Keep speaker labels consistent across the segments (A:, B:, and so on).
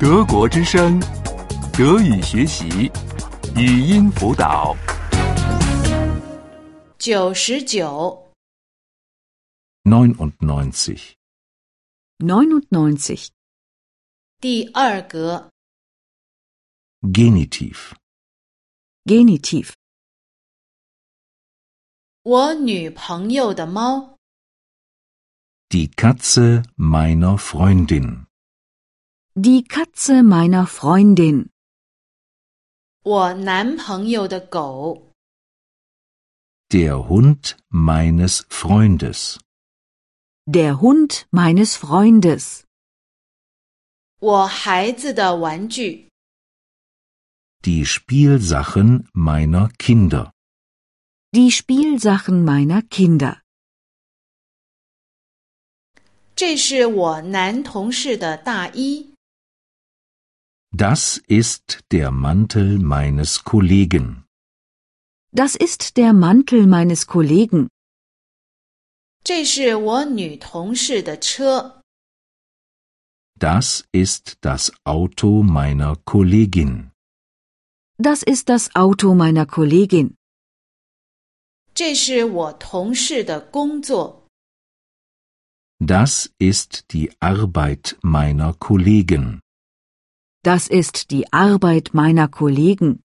A: 德国之声，德语学习，语音辅导。
B: 九十九，
C: 99.
D: 99.
B: 第二格，
C: Genitiv.
D: Genitiv.
B: 我女朋友的猫，
C: Die Katze meiner Freundin.
D: Die Katze meiner Freundin.
B: 我男朋友的狗，
C: Der Hund meines Freundes.
D: Der Hund meines Freundes.
B: 我孩子的玩具，
C: Die Spielsachen meiner Kinder.
D: Die Spielsachen meiner Kinder.
B: 这是我男同事的大衣，
C: Das ist der Mantel meines Kollegen.
D: Das ist der Mantel meines Kollegen.
B: 这是我女同事的车，
C: Das ist das Auto meiner Kollegin.
D: Das ist das Auto meiner Kollegin.
B: 这是我同事的工作，
C: Das ist die Arbeit meiner Kollegen.
D: Das ist die Arbeit meiner Kollegen.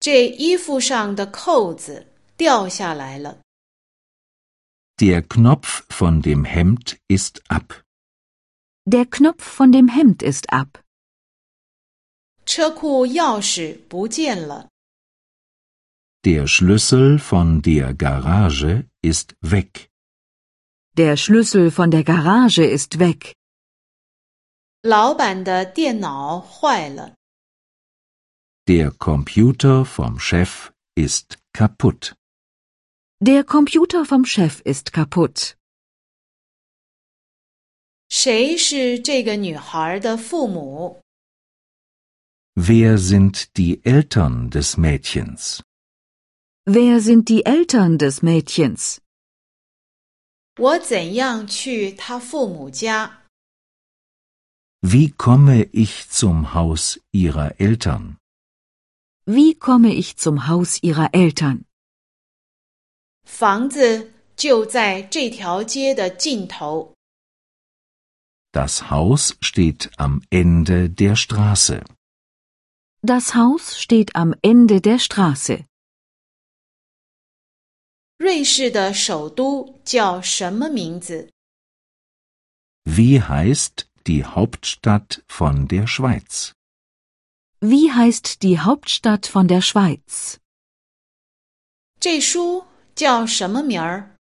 B: 这衣服上的扣子掉下来了，
C: Der Knopf von dem Hemd ist ab.
D: Der Knopf von dem Hemd ist ab.
B: 车库钥匙不见了，
C: Der Schlüssel von der Garage ist weg.
D: Der Schlüssel von der Garage ist weg.
B: 老板的电脑坏了。
C: Der Computer vom Chef ist kaputt.
D: Der Computer vom Chef ist kaputt.
B: 谁是这个女孩的父母？
C: Wer sind die Eltern des Mädchens?
D: Wer sind die Eltern des Mädchens?
B: 我怎样去她父母家？
C: Wie komme ich zum Haus ihrer Eltern?
D: Wie komme ich zum Haus ihrer Eltern?
B: 房子就在这条街的尽头。
C: Das Haus steht am Ende der Straße.
D: Das Haus steht am Ende der Straße.
B: 瑞士的首都叫什么名字？
C: Wie heißt die Hauptstadt von der Schweiz?
D: Wie heißt die Hauptstadt von der Schweiz?
B: 这书叫什么名儿？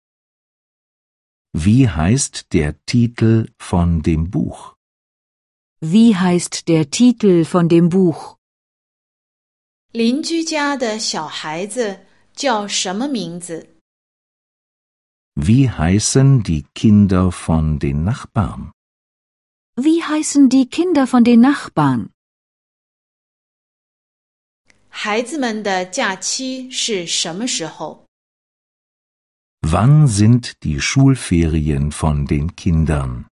C: Wie heißt der Titel von dem Buch?
D: Wie heißt der Titel von dem Buch?
B: 邻居家的小孩子叫什么名字？
C: Wie heißen die Kinder von den Nachbarn?
D: Wie heißen die Kinder von den Nachbarn?
B: 孩子们的假期是什么时候？
C: Wann sind die Schulferien von den Kindern?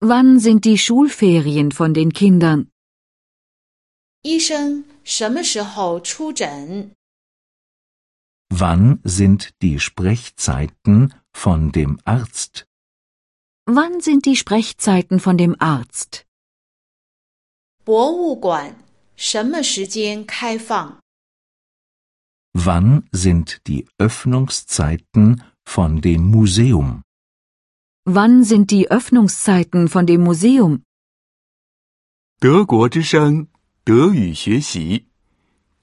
D: Wann sind die Schulferien von den Kindern?
B: 医生什么时候出诊？
C: Wann sind die Sprechzeiten von dem Arzt?
D: Wann sind die Sprechzeiten von dem Arzt?
B: 博物馆什么时间开放？
C: Wann sind die Öffnungszeiten von dem Museum?
D: Wann sind die Öffnungszeiten von dem Museum?
A: 德国之声，德语学习，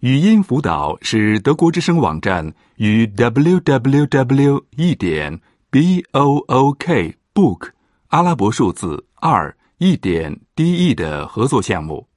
A: 语音辅导是德国之声网站与 www. 一点 b o o k book 阿拉伯数字二一点 d e 的合作项目。